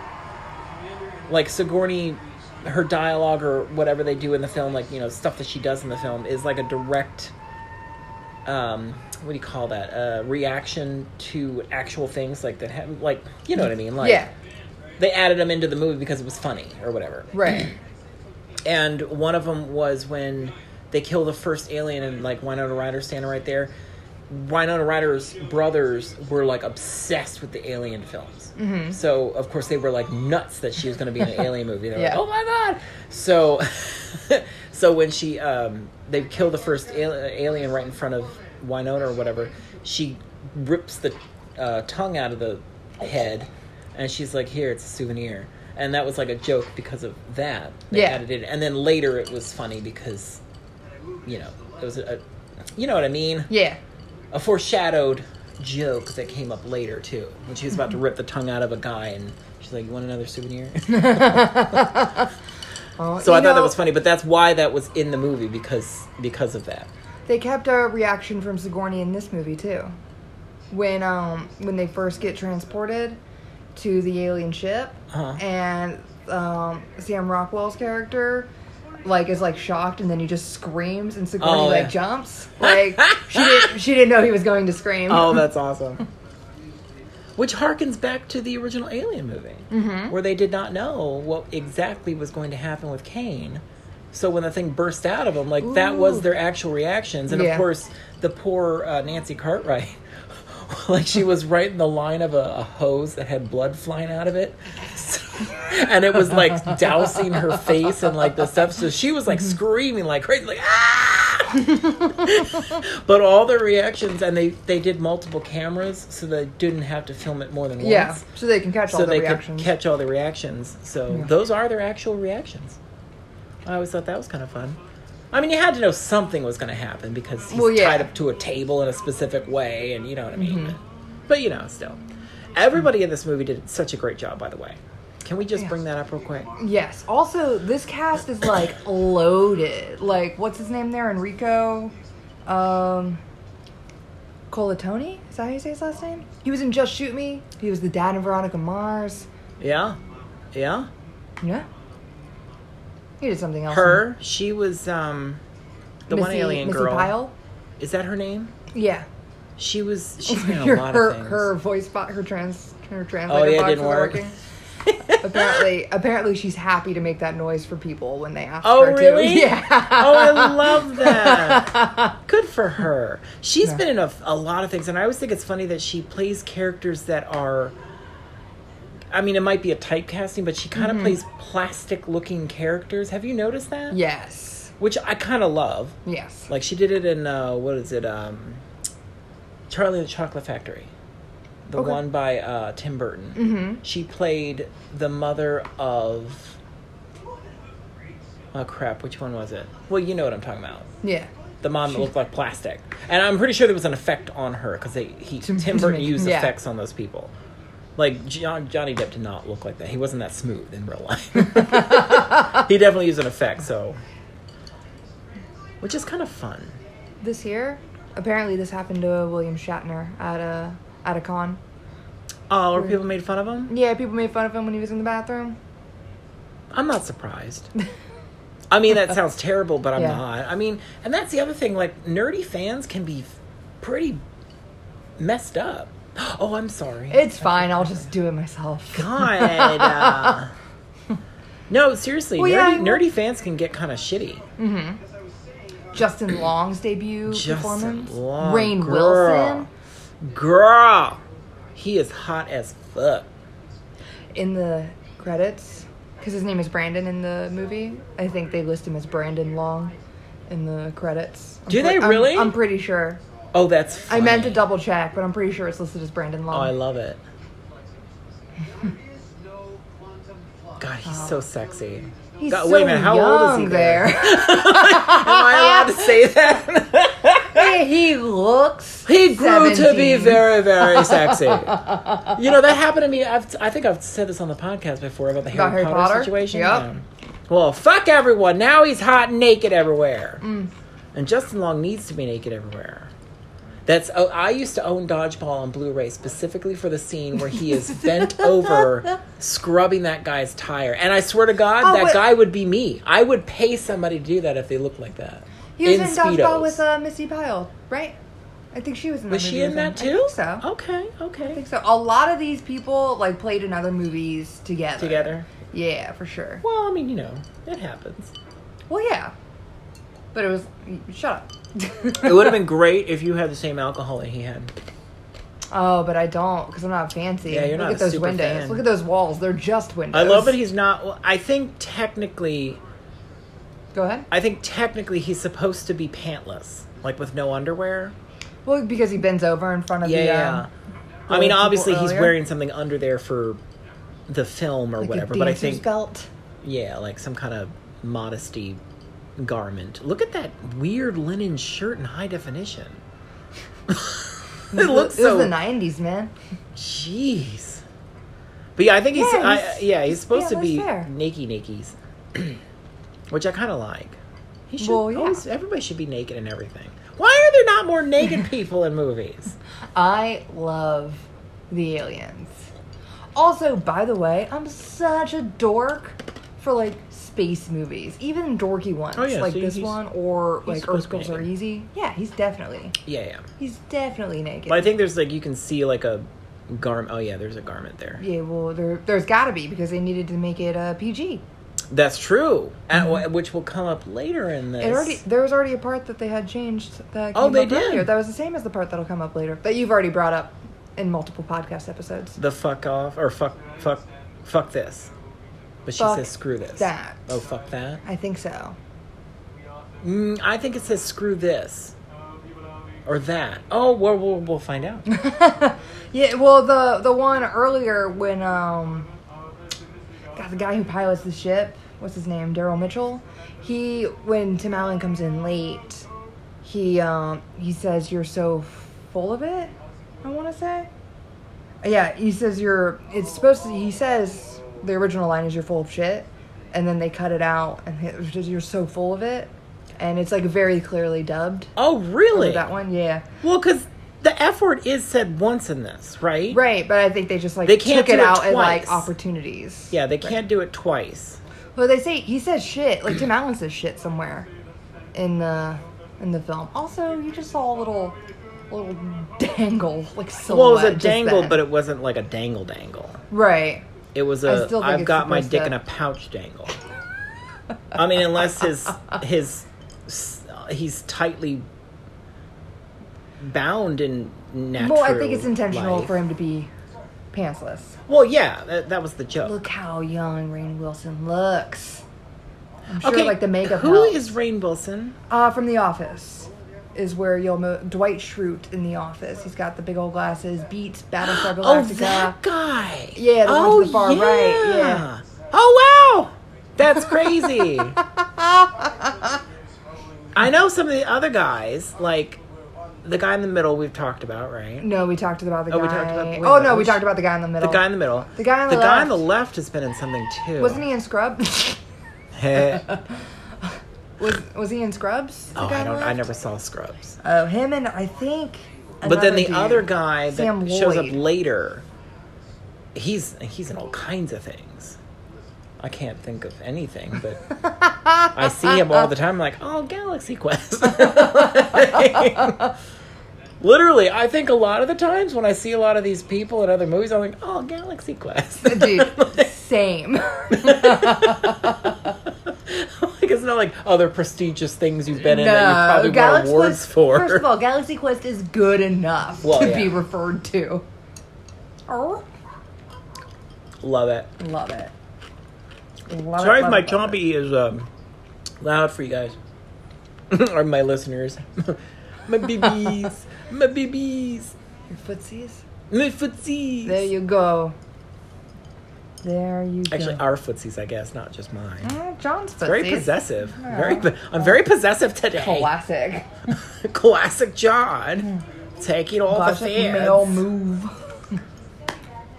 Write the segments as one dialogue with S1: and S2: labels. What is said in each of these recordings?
S1: like Sigourney, her dialogue or whatever they do in the film, like you know stuff that she does in the film, is like a direct, um, what do you call that? Uh, reaction to actual things like that. Have, like you know what I mean? Like
S2: yeah,
S1: they added them into the movie because it was funny or whatever
S2: right.
S1: and one of them was when they kill the first alien and like Winona Ryder standing right there. Winona Ryder's brothers were like obsessed with the alien films, mm-hmm. so of course they were like nuts that she was going to be in an alien movie. They're
S2: Yeah.
S1: like, "Oh my god!" So, so when she um, they kill the first al- alien right in front of Winona or whatever, she rips the uh, tongue out of the head, and she's like, "Here, it's a souvenir." And that was like a joke because of that. They
S2: Yeah.
S1: added it, and then later it was funny because, you know, it was a, you know what I mean,
S2: Yeah,
S1: a foreshadowed joke that came up later too when she was about to rip the tongue out of a guy and she's like, "You want another souvenir?"
S2: Oh,
S1: so I thought
S2: you
S1: that
S2: know,
S1: was funny, but that's why that was in the movie because because of that.
S2: They kept a reaction from Sigourney in this movie too, when um when they first get transported to the alien ship,
S1: Uh-huh.
S2: and um Sam Rockwell's character. Like is like shocked, and then he just screams, and Sigourney
S1: Oh,
S2: like
S1: yeah.
S2: jumps. Like she didn't, she didn't know he was going to scream.
S1: Oh, that's awesome. Which harkens back to the original Alien movie, where they did not know what exactly was going to happen with Kane. So when the thing burst out of him, like that was their actual reactions, and
S2: Yeah.
S1: of course, the poor uh, Nancy Cartwright, like she was right in the line of a, a hose that had blood flying out of it, and it was like dousing her face and like the stuff. So she was like screaming like crazy, like ah. But all their reactions, and they they did multiple cameras, so they didn't have to film it more than once.
S2: yeah, so they can catch
S1: so
S2: all the
S1: they
S2: reactions.
S1: could catch all the reactions. So
S2: Yeah.
S1: those are their actual reactions. I always thought that was kind of fun. I mean, you had to know something was going to happen because he's
S2: Well, yeah. Mm-hmm.
S1: tied up to a table in a specific way, and you know what I mean. But you know, still, everybody in this movie did such a great job. By the way, can we just
S2: Yeah.
S1: bring that up real quick?
S2: Yes. Also, this cast is like loaded. Like, what's his name there? Enrico, um, Colatoni. Is that how you say his last name? He was in Just Shoot Me. He was the dad of Veronica Mars.
S1: Yeah, yeah.
S2: Yeah. He did something else.
S1: Her, she was um, the one
S2: Missy-
S1: alien
S2: Missy
S1: girl.
S2: Pyle?
S1: Is that her name?
S2: Yeah.
S1: She was. She's been in
S2: her,
S1: a lot
S2: her,
S1: of things.
S2: her voice box, her trans, her translator
S1: oh yeah, it
S2: box
S1: didn't
S2: isn't
S1: work.
S2: working. apparently, apparently she's happy to make that noise for people when they ask
S1: Oh
S2: her
S1: really?
S2: to. Yeah.
S1: Oh, I love that. Good for her. She's
S2: Yeah.
S1: been in a, a lot of things, and I always think it's funny that she plays characters that are. I mean, it might be a typecasting, but she kind
S2: Mm-hmm.
S1: of plays plastic-looking characters. Have you noticed that?
S2: Yes.
S1: Which I kind of love.
S2: Yes.
S1: Like she did it in uh, what is it? Um, Charlie and the Chocolate Factory, the
S2: Okay.
S1: one by uh, Tim Burton.
S2: Mhm.
S1: She played the mother of. Oh crap! Which one was it? Well, you know what I'm talking about.
S2: Yeah.
S1: The mom that looked like plastic, and I'm pretty sure there was an effect on her because they he
S2: To-
S1: Tim
S2: to
S1: Burton
S2: make-
S1: used
S2: yeah.
S1: effects on those people. Like John, Johnny Depp did not look like that. He wasn't that smooth in real life. he definitely used an effect, so which is kind of fun.
S2: This year, apparently, this happened to William Shatner at a at a con.
S1: Oh,
S2: Mm.
S1: or people made fun of him?
S2: Yeah, people made fun of him when he was in the bathroom.
S1: I'm not surprised. I mean, that sounds terrible, but I'm
S2: Yeah.
S1: not. I mean, and that's the other thing. Like, nerdy fans can be pretty messed up. Oh, I'm sorry.
S2: It's fine. I'll just do it myself.
S1: God. uh, no, seriously,
S2: Well,
S1: nerdy,
S2: yeah, I- Mm,
S1: nerdy fans can get kind of shitty.
S2: Justin Long's debut
S1: Justin
S2: performance.
S1: Long,
S2: Rain
S1: girl.
S2: Wilson
S1: Girl, he is hot as fuck.
S2: in the credits because his name is Brandon in the movie. I think they list him as Brandon Long in the credits. I'm
S1: Do they
S2: I'm-
S1: really?
S2: I'm, pretty sure.
S1: Oh, that's. Funny.
S2: I meant to double check, but I'm pretty sure it's listed as Brandon
S1: Oh,
S2: Long.
S1: I love it. God, he's so sexy.
S2: Oh. He's
S1: God,
S2: so
S1: wait a minute, how
S2: young
S1: old is he
S2: there?
S1: there? Am I allowed to say that?
S2: Hey, he looks.
S1: he grew to be
S2: 17.
S1: very, very sexy. you know that happened to me. I've, I think I've said this on the podcast before about the Harry,
S2: About Harry
S1: Potter,
S2: Potter?
S1: situation.
S2: Yep.
S1: Well, fuck everyone. Now he's hot and naked everywhere,
S2: Mm.
S1: and Justin Long needs to be naked everywhere. That's oh, I used to own Dodgeball on Blu-ray specifically for the scene where he is bent over scrubbing that guy's tire, and I swear to God,
S2: Oh,
S1: that
S2: wait.
S1: guy would be me. I would pay somebody to do that if they looked like that.
S2: He was in,
S1: Speedos.
S2: dodgeball with uh, Missy Pyle, right? I think she was in. That
S1: Was
S2: movie
S1: she
S2: with
S1: in that
S2: him.
S1: too? Oh.
S2: I think so.
S1: Okay,
S2: I
S1: okay.
S2: think so. A lot of these people like played in other movies together.
S1: Together.
S2: Yeah, for sure.
S1: Well, I mean, you know, it happens.
S2: Well, yeah. But it was. Shut up.
S1: It would have been great if you had the same alcohol that he had.
S2: Oh, but I don't because I'm not fancy.
S1: Yeah, you're
S2: Look
S1: not
S2: at
S1: a
S2: those
S1: super
S2: windows.
S1: fan.
S2: Look at those walls. They're just windows.
S1: I love that he's not. well, I think technically,
S2: Go ahead.
S1: I think technically he's supposed to be pantless, like with no underwear.
S2: Well, because he bends over in front of
S1: Oh, Yeah,
S2: the.
S1: yeah.
S2: Um,
S1: I mean,
S2: people
S1: obviously he's
S2: earlier.
S1: wearing something under there for the film or
S2: like a
S1: whatever. But I
S2: dancer's
S1: think,
S2: belt.
S1: yeah, like some kind of modesty garment. Look at that weird linen shirt in high definition. it looks
S2: It was
S1: so
S2: the '90s, man.
S1: Jeez. But yeah, I think he's
S2: Yeah,
S1: yeah,
S2: he's-
S1: I, yeah he's supposed
S2: yeah,
S1: to be
S2: that's fair.
S1: naked nakies, which I kind of like. He should
S2: Well, yeah.
S1: always, everybody should be naked and everything. Why are there not more naked people in movies?
S2: I love the aliens. Also, by the way, I'm such a dork for like space movies, even dorky ones
S1: Oh, yeah,
S2: like
S1: so
S2: this
S1: he's-
S2: one or like
S1: supposed
S2: Earth
S1: to be
S2: Girls Are
S1: naked.
S2: Easy. Yeah, he's definitely
S1: Yeah, yeah.
S2: he's definitely naked.
S1: But I think there's like you can see like a garment. Oh yeah, there's a garment there.
S2: yeah, well, there there's got to be because they needed to make it uh, PG.
S1: That's true. And wh- which will come up later in this.
S2: Mm-hmm. It already there was already a part that they had changed that came
S1: Oh, they
S2: up
S1: did?
S2: earlier. That was the same as the part that'll come up later that you've already brought up in multiple podcast episodes.
S1: the fuck off or fuck fuck fuck this. But she
S2: Fuck
S1: says screw this.
S2: that.
S1: Oh fuck that.
S2: I think so.
S1: Mm, I think it says screw this. Or that. Oh, well, we'll, we'll find out.
S2: yeah, well, the the one earlier when um, God, the guy who pilots the ship, what's his name, Daryl Mitchell. He, when Tim Allen comes in late, he um he says you're so full of it. I want to say, yeah, he says you're. It's supposed to. He says the original line is you're full of shit, and then they cut it out and it was just you're so full of it, and it's like very clearly dubbed.
S1: Oh, really?
S2: That one, yeah.
S1: Well, because the F word is said once in this, right?
S2: Right, but I think they just like
S1: They can't
S2: took it
S1: do it
S2: out at like
S1: twice.
S2: opportunities.
S1: Yeah, they can't do it twice.
S2: Well, they say he says shit. Like Tim Allen says shit somewhere in the in the film. Also, you just saw a little little dangle like silhouette.
S1: Well, it was a
S2: Oh, just
S1: dangle,
S2: then.
S1: but it wasn't like a dangle dangle.
S2: right.
S1: It was
S2: I
S1: a
S2: still think
S1: I've
S2: it's
S1: got my
S2: supposed
S1: dick
S2: to-
S1: in a pouch dangle. I mean, unless his his s- he's tightly bound in natural.
S2: Well, I think it's intentional
S1: life.
S2: for him to be pantsless.
S1: Well, yeah, that, that was the joke.
S2: Look how young Rain Wilson looks. I'm sure,
S1: okay,
S2: like the makeup.
S1: Who
S2: helps.
S1: is Rain Wilson?
S2: Uh, from The Office is where you'll mo- Dwight Schrute in The Office. He's got the big old glasses, Beats, Battlestar Galactica.
S1: Oh, that guy.
S2: Yeah, the one
S1: oh,
S2: to the far
S1: yeah.
S2: right, yeah.
S1: Oh wow, that's crazy. I know some of the other guys, like the guy in the middle we've talked about, right?
S2: No, we talked about the
S1: Oh,
S2: guy.
S1: we talked about- wait,
S2: oh no, we
S1: which-
S2: talked about the guy in the middle.
S1: The guy in the middle.
S2: The guy on the
S1: guy on
S2: left.
S1: the left has been in something too.
S2: wasn't he in Scrubs?
S1: oh,
S2: was was he in Scrubs? The guy
S1: I
S2: on the
S1: don't. I
S2: left?
S1: never saw Scrubs.
S2: Oh, him and I think.
S1: But then
S2: another
S1: the
S2: dude.
S1: other guy that
S2: Sam
S1: shows up
S2: Lloyd.
S1: later, he's he's in all kinds of things. I can't think of anything, but I see him all the time. like, oh, Galaxy Quest. Literally, I think a lot of the times when I see a lot of these people in other movies, I'm like, oh, Galaxy Quest.
S2: dude, same.
S1: like it's not like other prestigious things you've been in that you
S2: no,
S1: probably won
S2: Galaxy
S1: awards
S2: Quest,
S1: for.
S2: First of all, Galaxy Quest is good enough
S1: Well,
S2: to
S1: yeah.
S2: be referred to. Oh,
S1: Love it.
S2: love it. Love it,
S1: Sorry if
S2: love
S1: my
S2: it, love it.
S1: chompy is um, loud for you guys or my listeners. my babies, my babies,
S2: Your footsies.
S1: my footsies.
S2: There you go. There you
S1: Actually,
S2: go.
S1: our footsies, I guess, not just mine.
S2: Mm, John's footsies.
S1: Very possessive. Very, po- I'm very possessive today.
S2: Classic.
S1: Classic John, taking all
S2: Mm. Classic
S1: the fans.
S2: male move.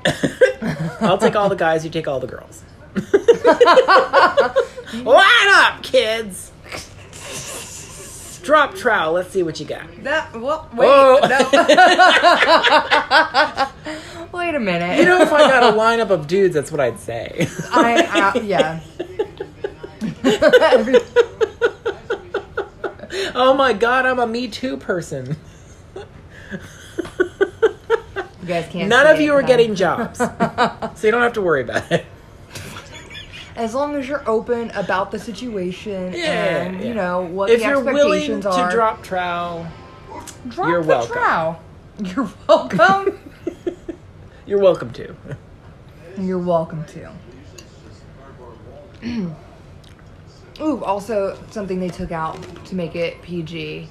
S1: I'll take all the guys. You take all the girls. Line up, kids. Drop trowel. Let's see what you got.
S2: That well, wait,
S1: Whoa.
S2: no. wait a minute.
S1: You know, if I got a lineup of dudes, that's what I'd say.
S2: I uh, yeah.
S1: oh my god, I'm a Me Too person.
S2: You guys can't.
S1: None
S2: see
S1: of
S2: it,
S1: you are
S2: but-
S1: getting jobs, so you don't have to worry about it.
S2: As long as you're open about the situation and
S1: yeah.
S2: you know what
S1: if
S2: the
S1: you're willing
S2: expectations
S1: to
S2: are.
S1: drop trowel,
S2: drop
S1: you're
S2: the
S1: welcome.
S2: trowel. You're welcome.
S1: you're welcome to.
S2: You're welcome to. Ooh, also something they took out to make it PG.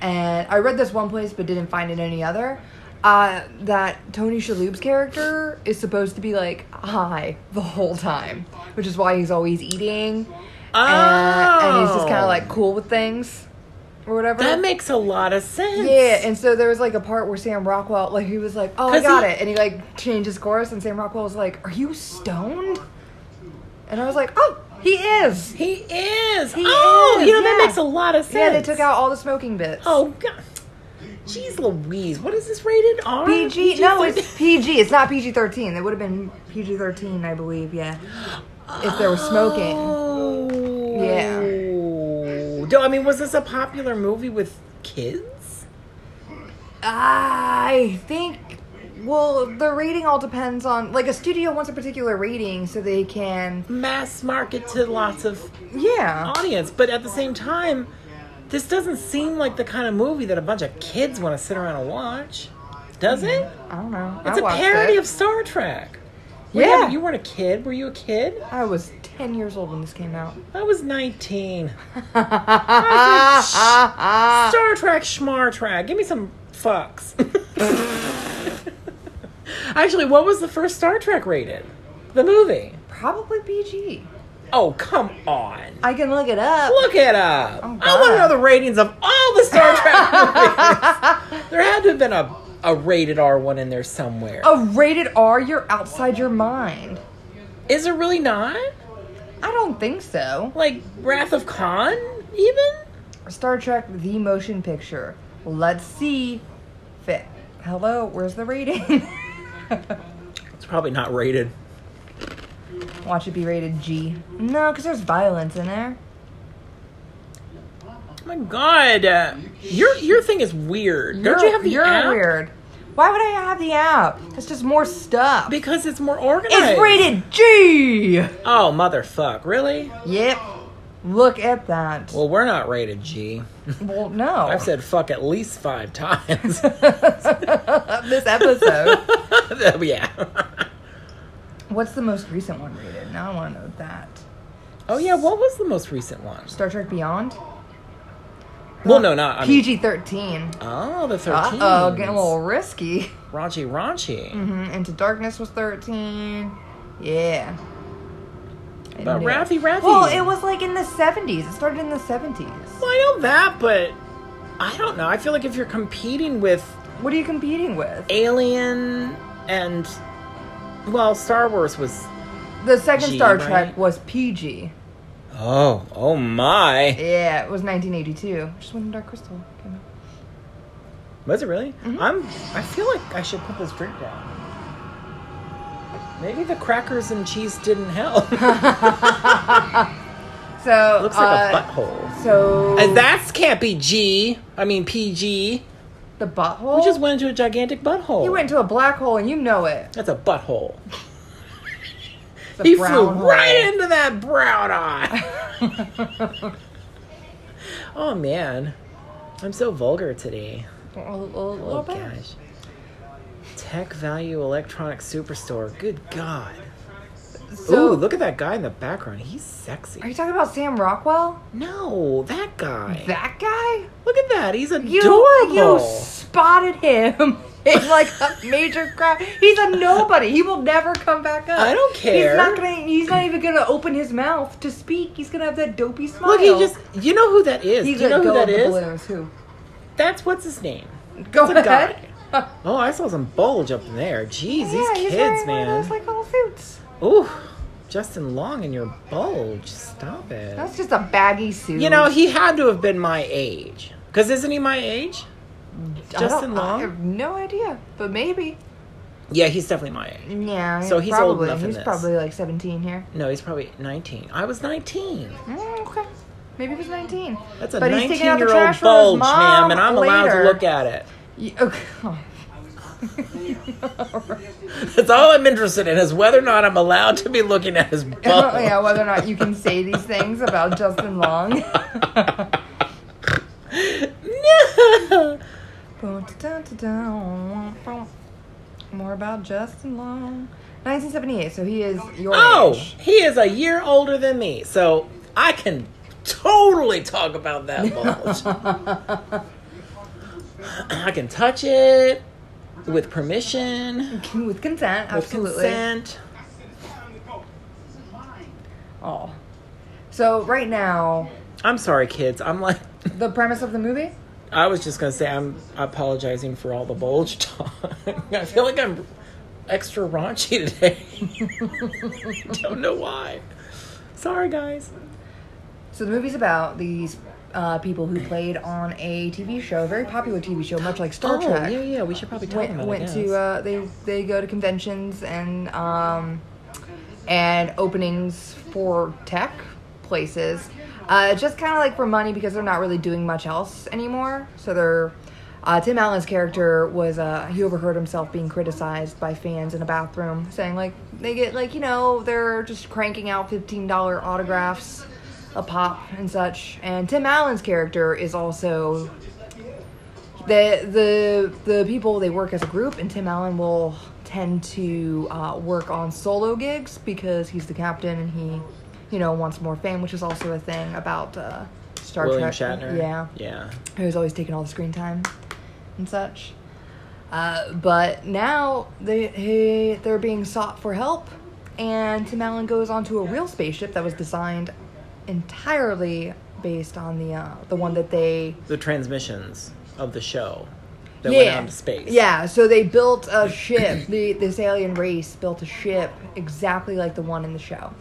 S2: And I read this one place but didn't find it any other. Uh, that Tony Shalhoub's character is supposed to be like high the whole time, which is why he's always eating. And, and he's just kind
S1: Oh.
S2: of like cool with things or whatever.
S1: That makes a lot of sense.
S2: Yeah, and so there was like a part where Sam Rockwell, like he was like, "Oh, I
S1: 'Cause
S2: got
S1: he-
S2: it," and he like changed his course, and Sam Rockwell was like, "Are you stoned?" And I was like, "Oh, he is."
S1: he is.
S2: He
S1: oh,
S2: is,
S1: you know that
S2: yeah.
S1: makes a lot of sense.
S2: Yeah, they took out all the smoking bits.
S1: Oh god, jeez Louise, what is this rated R?
S2: PG. No,
S1: PG-13?
S2: it's PG. It's not PG thirteen. It would have been PG thirteen, I believe. Yeah, if they were smoking.
S1: Oh.
S2: Yeah.
S1: Do- I mean, was this a popular movie with kids?
S2: I think. Well, the rating all depends on like a studio wants a particular rating so they can.
S1: Mass market to lots of
S2: Yeah.
S1: audience, but at the same time, this doesn't seem like the kind of movie that a bunch of kids want to sit around and watch, does it?
S2: I don't know.
S1: It's
S2: Mm-hmm. I
S1: a
S2: watched
S1: parody
S2: it.
S1: of Star Trek. Were
S2: Yeah.
S1: you, you weren't a kid. Were you a kid?
S2: I was 10 years old when this came out.
S1: I was 19. I was like, "Sh- Star Trek, Schmar Trek. Give me some fucks. Actually, what was the first Star Trek rated? The movie.
S2: Probably BG.
S1: Oh, come on.
S2: I can look it up.
S1: Look it up.
S2: Oh,
S1: I want to know
S2: God.
S1: the ratings of all the Star Trek movies. There had to have been a, a rated R one in there somewhere.
S2: A rated R, you're outside your mind.
S1: Is it really not?
S2: I don't think so.
S1: Like Wrath of Khan, even?
S2: Star Trek The Motion Picture. Let's see. Fit. Hello, where's the rating?
S1: It's probably not rated.
S2: Watch it be rated G. No, because there's violence in there.
S1: Oh my god. Uh, your your thing is weird. Don't you
S2: You're-
S1: have the
S2: You're
S1: app?
S2: weird. Why would I have the app? It's just more stuff.
S1: Because it's more organized.
S2: it's rated G!
S1: Oh, motherfuck. Really?
S2: Yep. Look at that.
S1: Well, we're not rated G.
S2: Well, no.
S1: I've said fuck at least five times.
S2: this episode.
S1: Oh, yeah.
S2: What's the most recent one rated? Now I want to know that.
S1: Oh, yeah. What was the most recent one?
S2: Star Trek Beyond?
S1: Well, no, not. I mean,
S2: PG 13.
S1: oh, the 13.
S2: Uh oh, getting a little risky.
S1: Raunchy, raunchy.
S2: hmm Into Darkness was 13. Yeah. I
S1: But
S2: knew it.
S1: Raffy, Raffy.
S2: Well, it was like in the 70s. It started in the 70s.
S1: Well, I know that, but I don't know. I feel like if you're competing with
S2: What are you competing with?
S1: Alien and. Well, Star Wars was.
S2: The second
S1: G,
S2: Star
S1: right?
S2: Trek was PG.
S1: Oh, oh my.
S2: Yeah, it was 1982. Just when Dark Crystal came out.
S1: Was it really?
S2: Mm-hmm.
S1: I'm. I feel like I should put this drink down. Maybe the crackers and cheese didn't help.
S2: So
S1: Looks like
S2: uh,
S1: a butthole.
S2: So
S1: And that can't be G. I mean PG.
S2: the butthole.
S1: We just went into a gigantic butthole.
S2: You went to a black hole and you know it.
S1: That's a butthole.
S2: It's a
S1: He
S2: brown
S1: flew
S2: hole.
S1: right into that brown eye. oh man, I'm so vulgar today.
S2: A, a- a little
S1: Oh
S2: bit.
S1: gosh. Tech Value Electronics Superstore. Good God.
S2: So,
S1: Ooh, look at that guy in the background. He's sexy.
S2: Are you talking about Sam Rockwell?
S1: no, that guy.
S2: That guy?
S1: look at that. He's
S2: You,
S1: adorable.
S2: you spotted him in like a major crowd. He's a nobody. He will never come back up.
S1: I don't care.
S2: He's not gonna. He's not even gonna open his mouth to speak. He's gonna have that dopey smile.
S1: Look, he just. You know who that is?
S2: He's
S1: Do you
S2: gonna
S1: know who
S2: go
S1: that
S2: with the
S1: is?
S2: balloons. Who?
S1: That's what's his name.
S2: Go
S1: It's a
S2: ahead.
S1: guy. Oh, I saw some bulge up in there. Jeez,
S2: yeah,
S1: these
S2: he's
S1: kids,
S2: wearing
S1: man.
S2: One of those, like little suits.
S1: Ooh, Justin Long and your bulge. Stop it.
S2: That's just a baggy suit.
S1: you know, he had to have been my age. Because isn't he my age?
S2: I don't-
S1: Justin Long?
S2: I have no idea, but maybe.
S1: Yeah, he's definitely my age.
S2: Yeah.
S1: So he's old
S2: probably.
S1: enough in
S2: He's
S1: this.
S2: probably like 17 here.
S1: No, he's probably 19. I was 19.
S2: Mm, okay. Maybe he was 19.
S1: That's a
S2: But he's
S1: 19
S2: taking out the
S1: year
S2: trash
S1: old
S2: from his
S1: bulge, ma'am,
S2: mom
S1: and I'm allowed to
S2: later.
S1: look at it.
S2: You, okay. oh.
S1: That's all I'm interested in is whether or not I'm allowed to be looking at his bulge.
S2: Oh, yeah, whether or not you can say these things about Justin Long.
S1: no.
S2: More about Justin Long. 1978, so he is your
S1: Oh,
S2: age.
S1: he is a year older than me, so I can totally talk about that bulge. I can touch it with permission,
S2: With consent,
S1: with
S2: absolutely.
S1: consent.
S2: Oh. So right now,
S1: I'm sorry, kids. I'm like,
S2: the premise of the movie?
S1: I was just gonna say I'm apologizing for all the bulge talk. I feel like I'm extra raunchy today. Don't know why. Sorry, guys.
S2: So the movie's about these uh, people who played on a TV show, a very popular TV show, much like Star
S1: oh,
S2: Trek.
S1: yeah, yeah. We should probably talk about it,
S2: Went, went
S1: I
S2: to
S1: guess.
S2: uh, they they go to conventions and um, and openings for tech places, uh, just kind of like for money because they're not really doing much else anymore. So they're. Uh, Tim Allen's character was uh, he overheard himself being criticized by fans in a bathroom, saying like they get like you know they're just cranking out fifteen dollar autographs a pop and such. And Tim Allen's character is also the the the people they work as a group, and Tim Allen will tend to uh, work on solo gigs because he's the captain and he you know, wants more fame, which is also a thing about uh, Star
S1: William
S2: Trek.
S1: Shatner.
S2: Yeah.
S1: Yeah.
S2: who's always taking all the screen time and such. Uh, but now they he, they're being sought for help, and Tim Allen goes onto a real spaceship that was designed entirely based on the uh, the one that they
S1: The transmissions of the show that
S2: yeah
S1: went out to space.
S2: yeah. So they built a ship. the, this alien race built a ship exactly like the one in the show.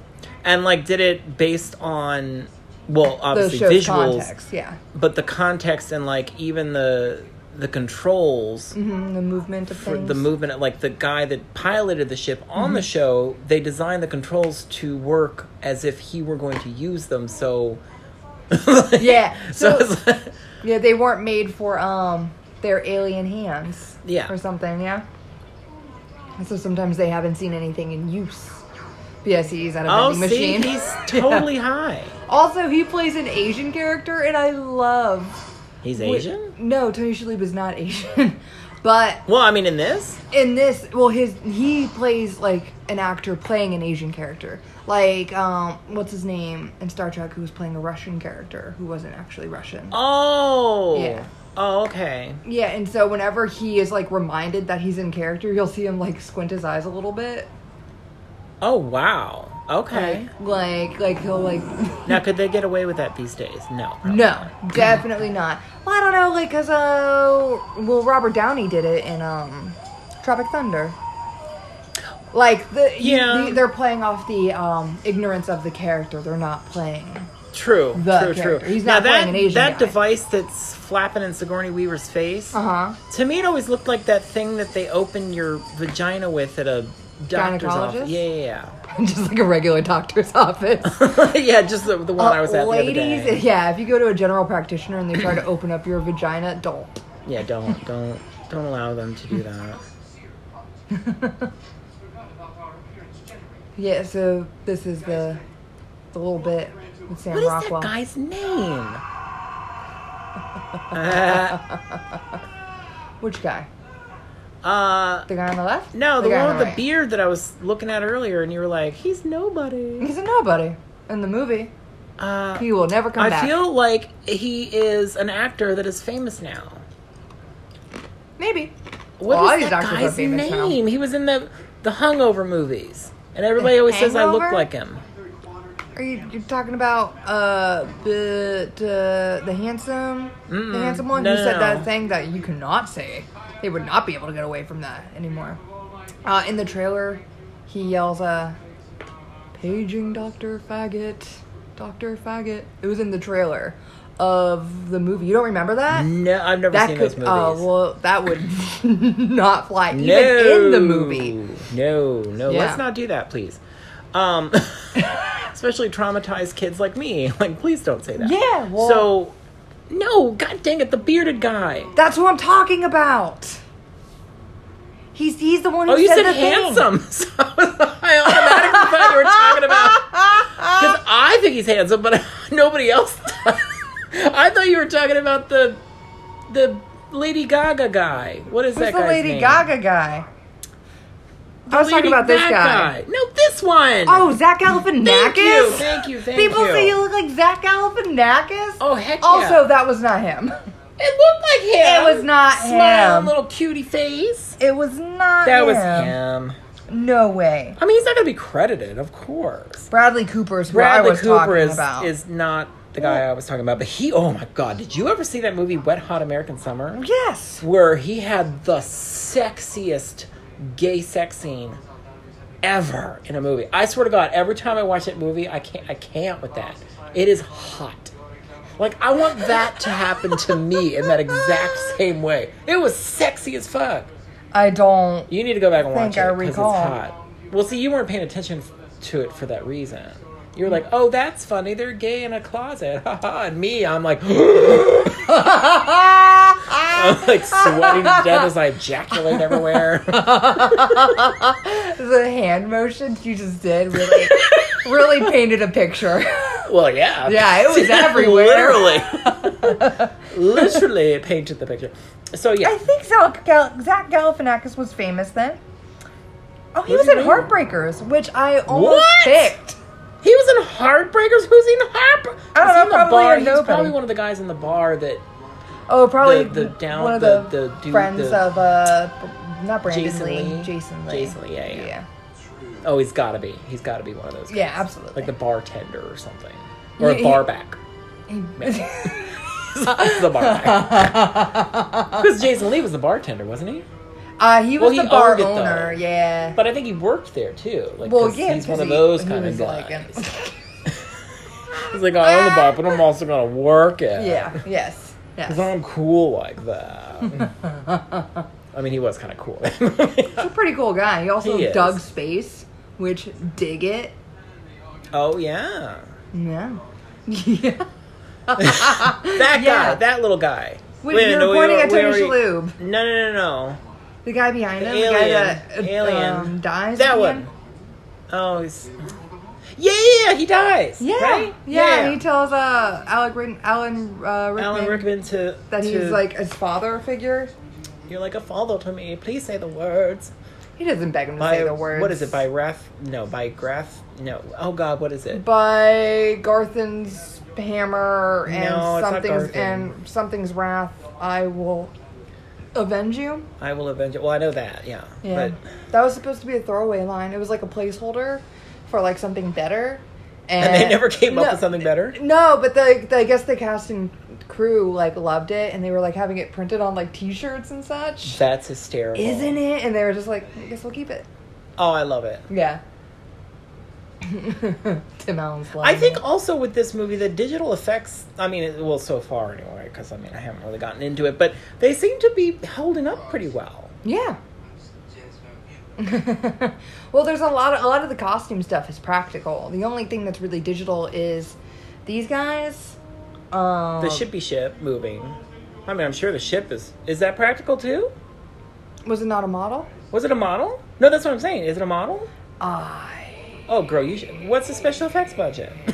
S1: And like did it based on well,
S2: The
S1: obviously
S2: show's
S1: visuals.
S2: context, yeah,
S1: But the context and like even the the controls
S2: Mhm, the movement of
S1: for
S2: things.
S1: the movement like the guy that piloted the ship on
S2: Mm-hmm.
S1: the show they designed the controls to work as if he were going to use them so like,
S2: Yeah,
S1: so,
S2: so-
S1: it's like-
S2: Yeah, they weren't made for um their alien hands.
S1: Yeah.
S2: Or something, yeah. And so sometimes they haven't seen anything in use. BSE's at a
S1: oh
S2: vending machine.
S1: see he's
S2: Yeah.
S1: totally high
S2: Also, he plays an Asian character, and I love.
S1: he's
S2: Wait,
S1: asian
S2: no, Tony Shalhoub is not Asian, but
S1: well i mean in this
S2: in this, well, his he plays like an actor playing an Asian character. Like, um, what's his name in Star Trek? Who was playing a Russian character who wasn't actually Russian?
S1: oh
S2: Yeah.
S1: oh okay
S2: Yeah, and so whenever he is like reminded that he's in character, you'll see him like squint his eyes a little bit.
S1: oh wow okay
S2: Like, like, like he'll like.
S1: now could they get away with that these days no probably
S2: no,
S1: not.
S2: definitely not. Well, I don't know, like, cause uh, well, Robert Downey did it in um, Tropic Thunder. Like the
S1: Yeah.
S2: yeah, they're playing off the um ignorance of the character. They're not playing.
S1: true
S2: The
S1: true
S2: character.
S1: true
S2: He's
S1: now
S2: not
S1: that,
S2: playing an Asian
S1: that
S2: guy.
S1: device that's flapping in sigourney weaver's face
S2: Uh huh.
S1: To me, it always looked like that thing that they open your vagina with at a doctor's
S2: Gynecologist?
S1: office. Yeah, yeah,
S2: Just like a regular doctor's office.
S1: yeah. yeah, just the, the one I was at
S2: ladies,
S1: the other day.
S2: yeah. If you go to a general practitioner and they try to open up your vagina, don't.
S1: Yeah, don't, don't, don't allow them to do that.
S2: Yeah, so this is the the little bit with Sam
S1: What is
S2: Rockwell.
S1: that guy's name? Uh,
S2: Which guy?
S1: uh,
S2: The guy on the left?
S1: no, the
S2: guy
S1: one
S2: on
S1: with the
S2: right.
S1: beard that I was looking at earlier, and you were like, "He's nobody."
S2: He's a nobody in the movie.
S1: Uh,
S2: He will never come
S1: I
S2: back.
S1: feel like he is an actor that is famous now.
S2: Maybe.
S1: What
S2: Well, all
S1: is
S2: these
S1: that
S2: actors are
S1: guy's
S2: famous now.
S1: name? He was in the the Hungover movies, and everybody always says I look
S2: Hangover?
S1: like him.
S2: Are you you're talking about uh the the, the handsome the
S1: Mm-mm.
S2: handsome one
S1: No,
S2: who
S1: no,
S2: said
S1: no.
S2: that thing that you cannot say? They would not be able to get away from that anymore. Uh, in the trailer, he yells, "Uh, paging Doctor Faggot, Doctor Faggot." It was in the trailer of the movie. You don't remember that?
S1: No, I've never
S2: that
S1: seen those
S2: could.
S1: movies.
S2: Oh well, that would not fly even
S1: no,
S2: in the movie.
S1: No, no,
S2: Yeah.
S1: let's not do that, please. Um, especially traumatized kids like me. Like, please don't say that.
S2: Yeah, well-
S1: so, no, god dang it, the bearded guy.
S2: That's what I'm talking about. He's he's the one who
S1: Oh, you
S2: said,
S1: said
S2: the thing.
S1: handsome. So I automatically thought you were talking about.
S2: Uh,
S1: Because I think he's handsome, but nobody else. does. I thought you were talking about the the Lady Gaga guy. What is
S2: Who's
S1: that
S2: the
S1: guy's
S2: Lady
S1: name?
S2: Gaga guy? I was
S1: Lady
S2: talking about this
S1: Gaga
S2: guy.
S1: No, this one.
S2: Oh, Zach
S1: thank you,
S2: Galifianakis.
S1: thank you, thank
S2: People
S1: you.
S2: say you look like Zach Galifianakis.
S1: Oh heck yeah!
S2: Also, that was not him.
S1: it looked like him.
S2: It was not
S1: Smile,
S2: him.
S1: little cutie face.
S2: It was not.
S1: That
S2: him.
S1: was him.
S2: No way.
S1: I mean, he's not gonna be credited, of course.
S2: Bradley Cooper is
S1: Bradley
S2: what I was
S1: Cooper
S2: talking
S1: is,
S2: about.
S1: is not the guy I was talking about, but he, oh my god, did you ever see that movie Wet Hot American Summer?
S2: yes.
S1: Where he had the sexiest gay sex scene ever in a movie. I swear to god, every time I watch that movie, I can't I can't with that. It is hot. Like I want that to happen to me in that exact same way. It was sexy as fuck.
S2: I don't.
S1: You need to go back and watch
S2: Think I
S1: it because it's
S2: recall.
S1: hot. Well, see, you weren't paying attention f- to it for that reason. You were like, "Oh, that's funny. They're gay in a closet." and me, I'm like, I'm like sweating to death as I ejaculate everywhere.
S2: The hand motions you just did really, really painted a picture.
S1: well, yeah,
S2: Yeah, it was everywhere.
S1: Literally, literally it painted the picture. So yeah,
S2: I think Zach, Gal- Zach Galifianakis was famous then. Oh, he
S1: What
S2: was
S1: do
S2: in
S1: you mean?
S2: Heartbreakers, which I almost
S1: What?
S2: picked.
S1: He was in Heartbreakers. Who's in Heart?
S2: I don't
S1: was he
S2: know,
S1: in the
S2: probably
S1: bar?
S2: a
S1: He's
S2: nobody.
S1: probably one of the guys in the bar that
S2: Oh, probably
S1: The- the down-
S2: one of
S1: the-
S2: the,
S1: the dude-
S2: friends
S1: the-
S2: of uh, b- not Brandon
S1: Jason
S2: Lee,
S1: Lee.
S2: Jason Lee,
S1: Jason Lee, yeah, yeah.
S2: yeah,
S1: Oh, he's got to be. He's got to be one of those. Guys.
S2: Yeah, absolutely.
S1: Like the bartender or something, or
S2: Yeah,
S1: a
S2: he-
S1: barback. He's the barback. Because Jason Lee was the bartender, wasn't he?
S2: uh, he was
S1: Well, he
S2: the bar
S1: owned it, though.
S2: owner, yeah.
S1: But I think he worked there too. Like,
S2: well,
S1: 'cause
S2: yeah,
S1: he's
S2: 'cause
S1: one of
S2: he-
S1: those
S2: he
S1: kind of
S2: was like
S1: guys.
S2: an-
S1: he's like, I own the bar, but I'm also gonna work it.
S2: yeah, yes, yes.
S1: Because I'm cool like that. I mean, he was kind of cool.
S2: He's a pretty cool guy. He also
S1: He is.
S2: dug space, which dig it.
S1: oh yeah,
S2: Yeah, yeah.
S1: that
S2: Yeah.
S1: guy, that little guy.
S2: Wait, you're pointing at Tony Shalhoub.
S1: No, no, no, no.
S2: The guy behind
S1: The
S2: him, the guy
S1: alien.
S2: that uh,
S1: Alien.
S2: Um, dies. at
S1: That
S2: the
S1: one.
S2: end?
S1: Oh, he's. Yeah, yeah, yeah, he dies.
S2: Yeah,
S1: right?
S2: yeah, And he tells uh, Alec Rick- Alan uh, Rickman,
S1: Alan Rickman to
S2: that
S1: to,
S2: he's like his father figure.
S1: you're like a father to me. Please say the words.
S2: He doesn't beg him to
S1: By
S2: say the words.
S1: what is it? By ref? No, by graph? No. Oh God, what is it?
S2: by Garthen's hammer and
S1: No, it's not
S2: something's
S1: Garthen.
S2: and something's wrath. I will avenge you.
S1: I will avenge it. Well, I know that. Yeah.
S2: Yeah,
S1: But
S2: that was supposed to be a throwaway line. It was like a placeholder for like something better. And,
S1: and they never came
S2: No.
S1: up with something better.
S2: No, but the, the I guess the cast and crew like loved it, and they were like having it printed on like T-shirts and such.
S1: That's hysterical.
S2: Isn't it? And they were just like, I guess we'll keep it.
S1: Oh, I love it.
S2: Yeah. Tim Allen's
S1: I
S2: lying.
S1: think also with this movie, the digital effects. I mean, it- well, so far anyway, because I mean, I haven't really gotten into it, but they seem to be holding up pretty well.
S2: Yeah. well, there's a lot of a lot of the costume stuff is practical. The only thing that's really digital is these guys. Um,
S1: The shippy ship moving. I mean, I'm sure the ship is. Is that practical too?
S2: was it not a model?
S1: Was it a model? No, that's what I'm saying. Is it a model?
S2: I
S1: Oh, girl, you should. What's the special effects budget?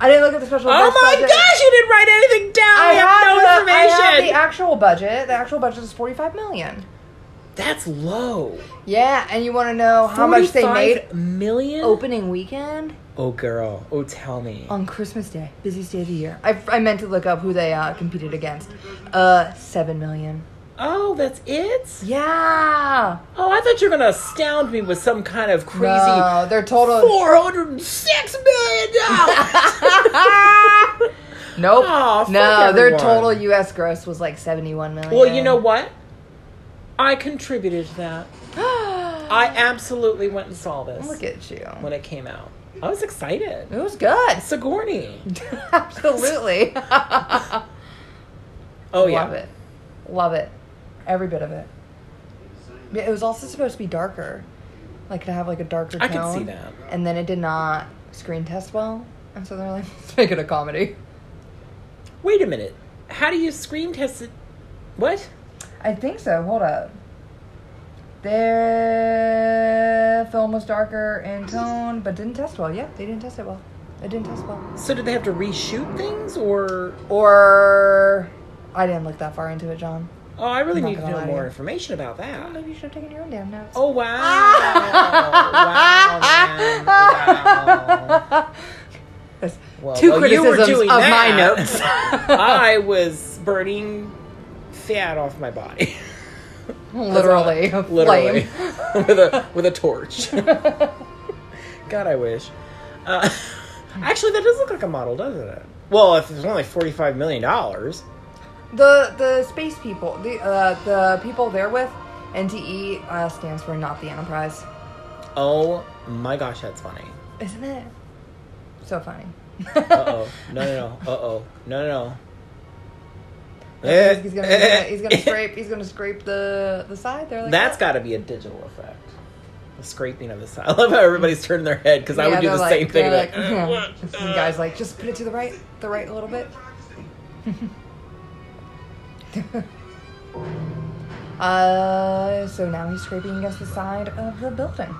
S2: I didn't look at the special.
S1: oh
S2: effects
S1: my
S2: budget.
S1: gosh, you didn't write anything down. I,
S2: I
S1: have,
S2: have,
S1: no
S2: the, I have
S1: information.
S2: the actual budget. The actual budget is forty-five million.
S1: That's low.
S2: Yeah, and you want to know how much they
S1: 45
S2: made Oh,
S1: million?
S2: opening weekend
S1: Oh, girl. Oh, tell me.
S2: on Christmas Day, busiest day of the year. I, I meant to look up who they uh, competed against. Uh, seven million.
S1: Oh, that's it.
S2: Yeah.
S1: Oh, I thought you were gonna astound me with some kind of crazy
S2: No, they're total.
S1: four hundred and six million dollars.
S2: Nope.
S1: Aw, fuck
S2: no, their
S1: everyone.
S2: total U.S. gross was like seventy-one million.
S1: well, you know what? I contributed to that.
S2: I
S1: I absolutely went and saw this
S2: look at you.
S1: when it came out. I was excited.
S2: It was good.
S1: Sigourney.
S2: Absolutely. Love
S1: Oh yeah.
S2: it. Love it. Every bit of it. Yeah, It was also supposed to be darker, like to have like a darker.
S1: I can
S2: tone,
S1: see that.
S2: And then it did not screen test well, and so they're like, let's make it a comedy.
S1: Wait a minute. How do you screen test it? What?
S2: I think so. Hold up. Their film was darker in tone, but didn't test well. Yeah, they didn't test it well. It didn't test well.
S1: So did they have to reshoot things, or
S2: Or I didn't look that far into it, John.
S1: oh, I really
S2: I'm not
S1: need to
S2: gonna lie
S1: know
S2: to
S1: more
S2: you.
S1: information about that.
S2: Maybe you should have taken your own damn notes.
S1: Oh wow!
S2: Ah.
S1: wow, wow, wow.
S2: That's
S1: Well,
S2: Two
S1: while you were
S2: criticisms
S1: doing
S2: of
S1: that,
S2: my notes.
S1: I was burning fat off my body,
S2: literally, a
S1: literally,
S2: flame.
S1: with a with a torch. God, I wish. Uh, actually, that does look like a model, doesn't it? Well, if it's only forty five million dollars,
S2: The the space people, the uh, the people they're with, NTE uh, stands for not the Enterprise.
S1: oh my gosh, that's funny.
S2: Isn't it so funny?
S1: Uh oh, no, no, no. Uh oh, no, no, no.
S2: He's, he's gonna, he's gonna, he's gonna scrape. He's gonna scrape the the side there. Like
S1: That's got
S2: that.
S1: to be a digital effect. The scraping of the side. I love how everybody's turning their head because I would do the same thing. Like, "Uh, what?
S2: "Hmm." and the guy's like, just put it to the right, the right a little bit. uh, so now he's scraping against the side of the building,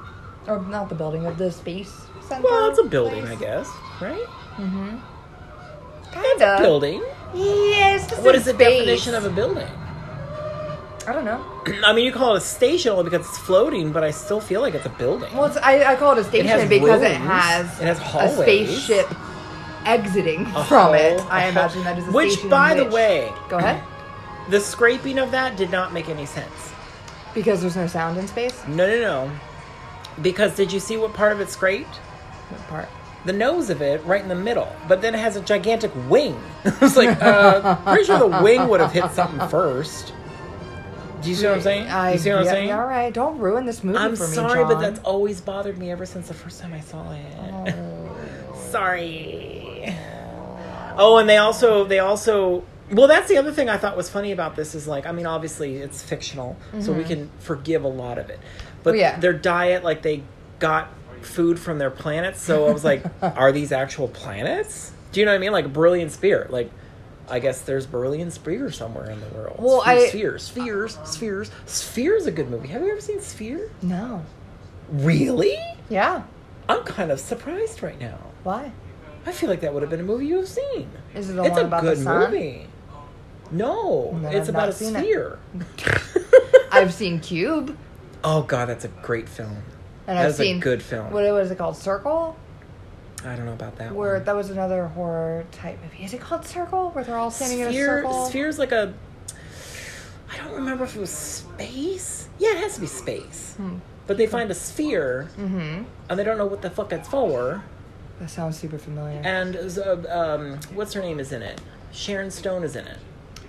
S2: or not the building of the space center.
S1: well, it's a building, I guess, right?
S2: Kind of
S1: Building.
S2: Yeah, it's just
S1: What
S2: in
S1: is the
S2: space.
S1: definition of a building?
S2: I don't know.
S1: I mean, you call it a station only because it's floating, but I still feel like it's a building.
S2: Well, it's, I, I call it a station
S1: has
S2: because it
S1: rooms.
S2: has,
S1: It has
S2: a
S1: hallways.
S2: spaceship exiting
S1: A
S2: from it.
S1: hall-
S2: I
S1: a
S2: imagine
S1: hall-
S2: that is a
S1: Which,
S2: station in
S1: by the
S2: which-
S1: way,
S2: Go ahead.
S1: the scraping of that did not make any sense.
S2: Because there's no sound in space.
S1: No, no, no. Because did you see what part of it scraped?
S2: What part?
S1: The nose of it, right in the middle. But then it has a gigantic wing. I was like, uh, pretty sure the wing would have hit something first. Do you see what I'm saying?
S2: I,
S1: you see what I'm
S2: yeah,
S1: saying?
S2: All right, don't ruin this movie
S1: I'm
S2: for me,
S1: sorry, but
S2: John.
S1: that's always bothered me ever since the first time I saw it.
S2: Oh.
S1: sorry. Oh, and they also they also well, that's the other thing I thought was funny about this is like I mean, obviously it's fictional, so we can forgive a lot of it, but
S2: Mm-hmm. Well, yeah.
S1: their diet like they got food from their planets, so I was like, are these actual planets? Do you know what I mean? Like Beryllian Spear, like. I guess there's Beryllian Spear somewhere in the world.
S2: Well, I-
S1: Sphere, Sphere, Spheres, Spheres. Sphere is a good movie. Have you ever seen Sphere?
S2: no.
S1: Really?
S2: Yeah.
S1: I'm kind of surprised right now.
S2: Why?
S1: I feel like that would have been a movie you've seen.
S2: Is it the
S1: it's
S2: one
S1: a
S2: about the
S1: good
S2: sun?
S1: movie. No,
S2: Then
S1: it's
S2: I've
S1: about
S2: not
S1: a
S2: seen it.
S1: sphere.
S2: I've seen Cube,
S1: oh god, that's a great film.
S2: and
S1: That
S2: I've
S1: is a
S2: seen
S1: good film.
S2: What was it called? Circle.
S1: I don't know about that
S2: Where
S1: one.
S2: that was another horror type movie. Is it called Circle? Where they're all standing
S1: sphere,
S2: in a circle.
S1: Sphere's like a. I don't remember if it was space. Yeah, it has to be space.
S2: Hmm.
S1: But they find a sphere
S2: Mm-hmm.
S1: and they don't know what the fuck it's for.
S2: That sounds super familiar.
S1: And uh, um, what's her name is in it? Sharon Stone is in it.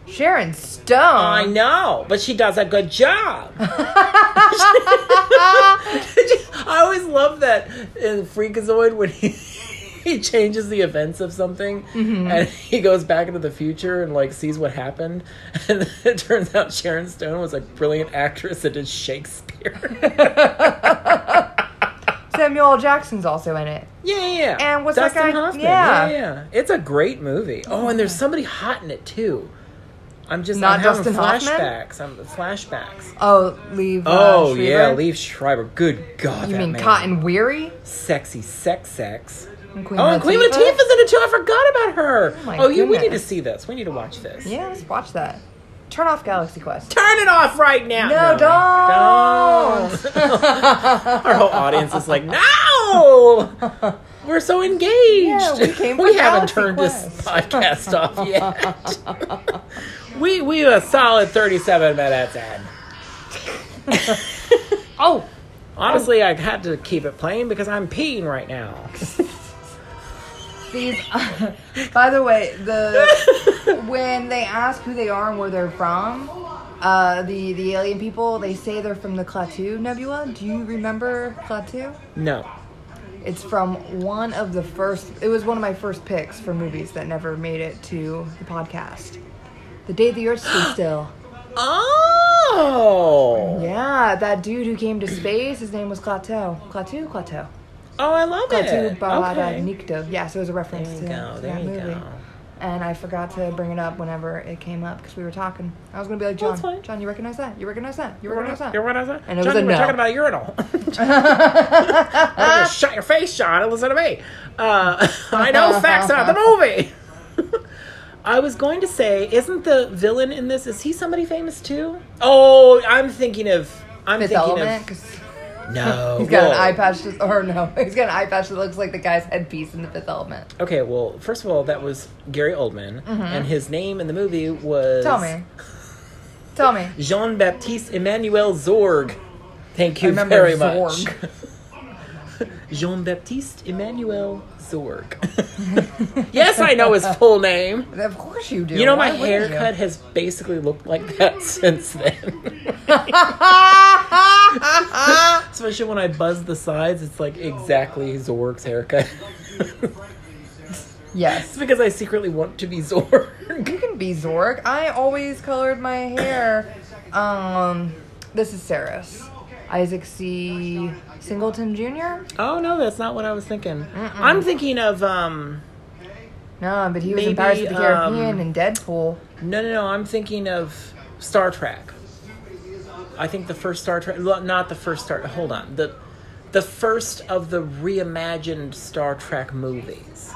S2: Sharon Stone.
S1: I know, but she does a good job. I always love that in Freakazoid when he he changes the events of something
S2: Mm-hmm.
S1: and he goes back into the future and like sees what happened and then it turns out Sharon Stone was a brilliant actress that did Shakespeare.
S2: Samuel L. Jackson's also in it.
S1: Yeah, yeah. yeah.
S2: And what's that
S1: Dustin
S2: guy-
S1: Hoffman.
S2: yeah.
S1: yeah, yeah. It's a great movie. Oh, and there's somebody hot in it too. I'm just I'm
S2: Not
S1: having
S2: Dustin Hoffman?
S1: flashbacks. I'm flashbacks.
S2: Oh, leave. uh,
S1: Oh yeah,
S2: Shriver?
S1: Leaf Schreiber. Good God,
S2: You
S1: that
S2: mean
S1: man.
S2: Cotton Weary?
S1: Sexy sex sex.
S2: And Queen
S1: Oh, and Queen Latifah's in it too. I forgot about her.
S2: my
S1: Oh, you, we need to
S2: goodness.
S1: see this. We need to watch this.
S2: Yeah, let's watch that. Turn off Galaxy Quest.
S1: Turn it off right now.
S2: No,
S1: don't. Our whole audience is like, no. We're so engaged.
S2: Yeah, we came for
S1: haven't
S2: Galaxy
S1: turned this
S2: Quest.
S1: podcast off yet. we we a solid thirty-seven minutes in.
S2: Oh,
S1: Honestly, I had to keep it playing because I'm peeing right now.
S2: these. by the way, the when they ask who they are and where they're from, uh, the the alien people they say they're from the Klaatu Nebula. Do you remember Klaatu?
S1: no.
S2: It's from one of the first. It was one of my first picks for movies that never made it to the podcast. The day the Earth stood still.
S1: Oh.
S2: Yeah, that dude who came to space, his name was Klaatu. Klaatu, Klaatu.
S1: Oh, I love
S2: Klaatu
S1: it.
S2: Barada
S1: okay.
S2: Nikto. Yeah, so it was a reference
S1: There you
S2: to,
S1: go,
S2: to
S1: there
S2: that
S1: you
S2: movie.
S1: go.
S2: And I forgot to bring it up whenever it came up because we were talking. I was gonna be like, John,
S1: That's fine.
S2: John, you recognize that? You recognize that? You
S1: You're
S2: recognize that?
S1: what, you're what I said?
S2: And it was
S1: John,
S2: a
S1: you were
S2: no.
S1: talking about a urinal.
S2: Ah.
S1: I just shut your face, John, and listen to me. Uh, I know facts about the movie. I was going to say, isn't the villain in this, is he somebody famous too? Oh, I'm thinking of, I'm
S2: Fifth
S1: thinking
S2: Element, because
S1: of, no.
S2: he's got an
S1: whoa.
S2: eye patch, that- or no, he's got an eye patch that looks like the guy's headpiece in the Fifth Element.
S1: Okay, well, first of all, that was Gary Oldman, and his name in the movie was
S2: Mm-hmm. Tell me, tell me.
S1: Jean Baptiste Emmanuel Zorg. Thank you
S2: remember
S1: very
S2: Zorg.
S1: much. Jean Baptiste Emmanuel Zorg. yes, I know his full name.
S2: Of course you do.
S1: You know, my
S2: Why wouldn't you?
S1: haircut has basically looked like that since then. Especially when I buzz the sides, it's like exactly Zorg's haircut.
S2: Yes.
S1: it's because I secretly want to be Zorg.
S2: You can be Zorg. I always colored my hair. Um, this is Saris. Isaac C. Singleton Jr.
S1: Oh no, that's not what I was thinking. I'm thinking of um
S2: No, but he was in
S1: Maybe,
S2: Pirates of the Caribbean
S1: um,
S2: and Deadpool.
S1: no no no, I'm thinking of Star Trek. I think the first Star Trek lo- not the first Star hold on. The the first of the reimagined Star Trek movies.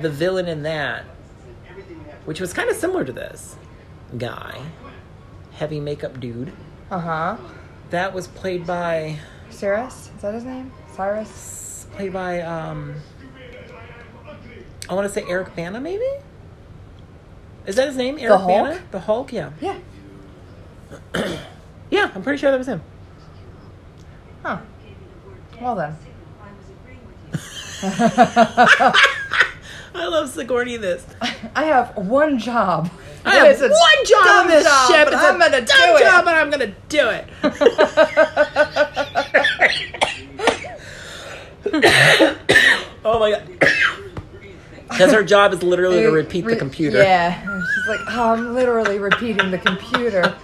S1: The villain in that which was kind of similar to this guy heavy makeup dude.
S2: Uh huh.
S1: That was played by
S2: Cyrus? Is that his name? Cyrus?
S1: played by um I want to say Eric Bana maybe? Is that his name? Eric
S2: Hulk?
S1: Bana? The Hulk, yeah.
S2: Yeah.
S1: Yeah, I'm pretty sure that was him.
S2: Huh. Well then.
S1: I love Sigourney in this.
S2: I have one job.
S1: I
S2: And
S1: have
S2: it's a
S1: one job on
S2: dumb
S1: this
S2: job,
S1: ship.
S2: but
S1: It's
S2: I'm
S1: a
S2: gonna
S1: dumb
S2: do it.
S1: job, and I'm gonna do it. oh my god! Because her job is literally to repeat the
S2: Re-
S1: computer.
S2: Yeah. She's like, oh, I'm literally repeating the computer.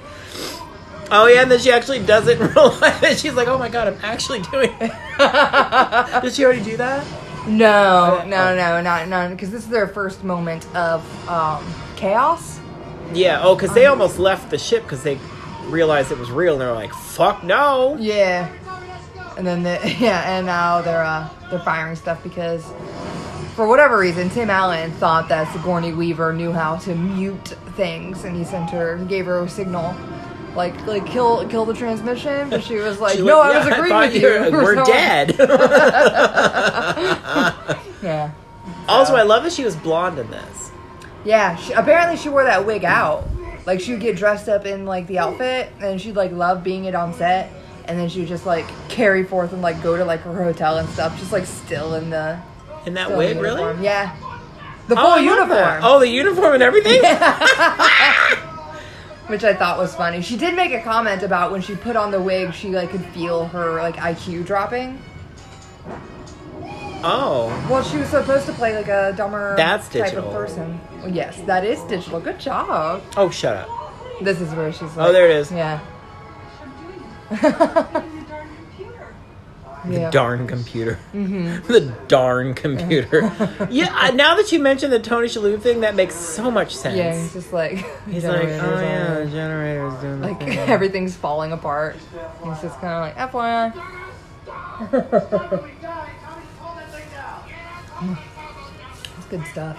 S1: Oh yeah, and then she actually does it in real life, and she's like, "Oh my god, I'm actually doing." it. Did she already do that?
S2: No,
S1: Oh.
S2: no, no, not none. Because this is their first moment of um, chaos.
S1: Yeah. Oh, because they
S2: Um,
S1: almost left the ship because they realized it was real, and they're like, "Fuck no!"
S2: Yeah. And then the yeah, and now they're uh, they're firing stuff because for whatever reason Tim Allen thought that Sigourney Weaver knew how to mute things, and he sent her he gave her a signal. Like, like kill kill the transmission, but she was like,
S1: She
S2: "No,
S1: went,
S2: I was
S1: "Yeah,
S2: agreeing
S1: thought
S2: with you.
S1: were- We're
S2: So-
S1: dead.
S2: Yeah,
S1: also, I love that she was blonde in this.
S2: yeah. She, apparently, she wore that wig out. Like, she'd get dressed up in like the outfit, and she'd like love being it on set, and then she would just like carry forth and like go to like her hotel and stuff, just like still in the
S1: In that
S2: Still in
S1: wig,
S2: the
S1: really?
S2: uniform, Yeah. The
S1: Oh,
S2: full
S1: I love
S2: uniform.
S1: that. Oh, the uniform and everything?
S2: Which I thought was funny. She did make a comment about when she put on the wig, she like could feel her like IQ dropping.
S1: Oh.
S2: Well, she was supposed to play like a dumber
S1: That's
S2: type
S1: digital.
S2: of person. Well, yes, that is digital. Good job.
S1: Oh, shut up.
S2: This is where she's like
S1: Oh, there it is.
S2: Yeah. yeah. Mm-hmm.
S1: Darn computer. the darn computer. yeah, I- now that you mentioned the Tony Shalhoub thing, that makes so much sense.
S2: Yeah, he's just like
S1: He's like,
S2: generators
S1: oh
S2: on
S1: yeah,
S2: it."
S1: the generator's doing the
S2: Like
S1: thing."
S2: everything's falling apart. He's just kind of like FYI. It's good stuff.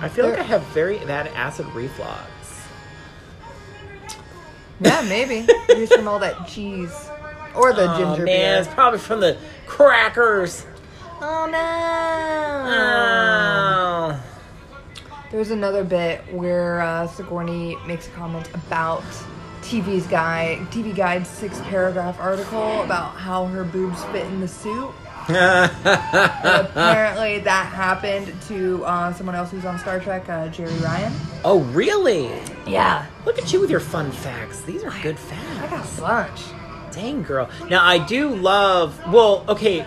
S1: I feel like I have very bad acid reflux.
S2: Yeah, maybe. Maybe it's from all that cheese. Or the
S1: Aw,
S2: ginger
S1: Oh, Uh, man, it's
S2: beer.
S1: probably from the crackers.
S2: Oh no!
S1: Oh.
S2: There's another bit where uh, Sigourney makes a comment about TV's guy, TV Guide's six paragraph article about how her boobs fit in the suit.
S1: Ah.
S2: And apparently, that happened to uh, someone else who's on Star Trek, uh, Jerry Ryan.
S1: oh, really?
S2: Yeah,
S1: Look at you with your fun facts. These are good
S2: I
S1: facts.
S2: got a bunch.
S1: Dang, girl. Now, I do love, well, okay,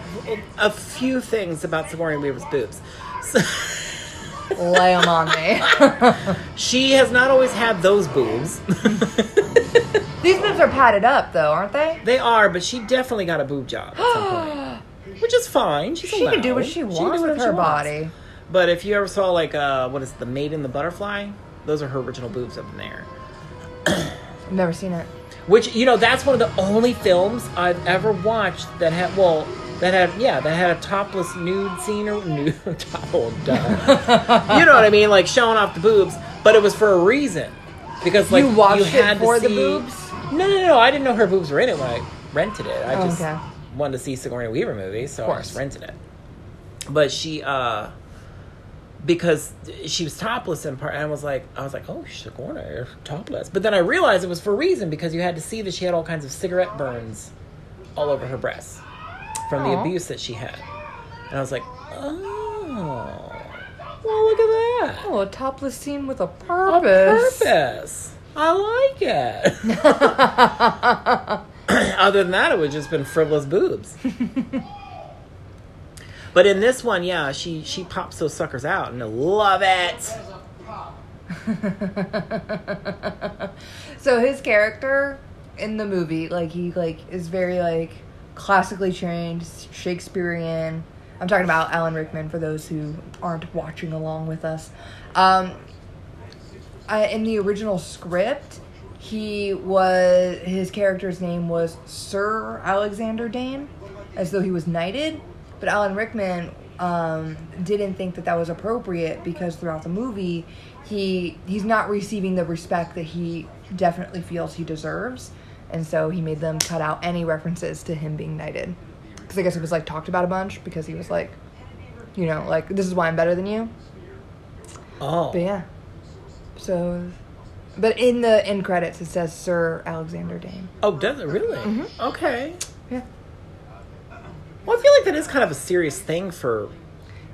S1: a few things about Sigourney Weaver's boobs. So,
S2: Lay 'em on me.
S1: she has not always had those boobs.
S2: These boobs are padded up, though, aren't they?
S1: they are, but she definitely got a boob job at some point. Which is fine. She's
S2: She can do what
S1: allowed.
S2: she
S1: can do
S2: wants with
S1: whatever
S2: her
S1: she wants.
S2: body.
S1: But if you ever saw, like, uh, what is it, The Maid and the Butterfly? Those are her original boobs up in there.
S2: I've never seen it.
S1: Which you know, that's one of the only films I've ever watched that had well, that had yeah, that had a topless nude scene or nude. top- oh, duh. you know what I mean, like showing off the boobs, but it was for a reason because like
S2: You watched it
S1: had
S2: for
S1: to see,
S2: the boobs?
S1: No, no, no, I didn't know her boobs were in it when I rented it. I
S2: Oh,
S1: just
S2: okay.
S1: wanted to see Sigourney Weaver movies, so I
S2: course.
S1: just rented it. But she, uh because she was topless in part, and I was like, I was like, oh, Sigourney, you're topless. But then I realized it was for a reason because you had to see that she had all kinds of cigarette burns all over her breasts from the
S2: Aw.
S1: abuse that she had, and I was like, oh, well, look at that,
S2: Oh, a topless scene with a
S1: on
S2: purpose.
S1: purpose. I like it. Other than that, it would just been frivolous boobs. but in this one, yeah, she she pops those suckers out, and I love it.
S2: so his character in the movie, like he like is very like classically trained, Shakespearean. I'm talking about Alan Rickman for those who aren't watching along with us. Um, uh, in the original script, he was his character's name was Sir Alexander Dane, as though he was knighted. But Alan Rickman um, didn't think that that was appropriate because throughout the movie, he he's not receiving the respect that he definitely feels he deserves, and so he made them cut out any references to him being knighted, because I guess it was like talked about a bunch because he was like, you know, like this is why I'm better than you.
S1: Oh.
S2: But yeah, so, but in the end credits it says Sir Alexander Dane.
S1: Oh, does it really?
S2: Mm-hmm.
S1: Okay.
S2: Yeah.
S1: Well, I feel like that is kind of a serious thing for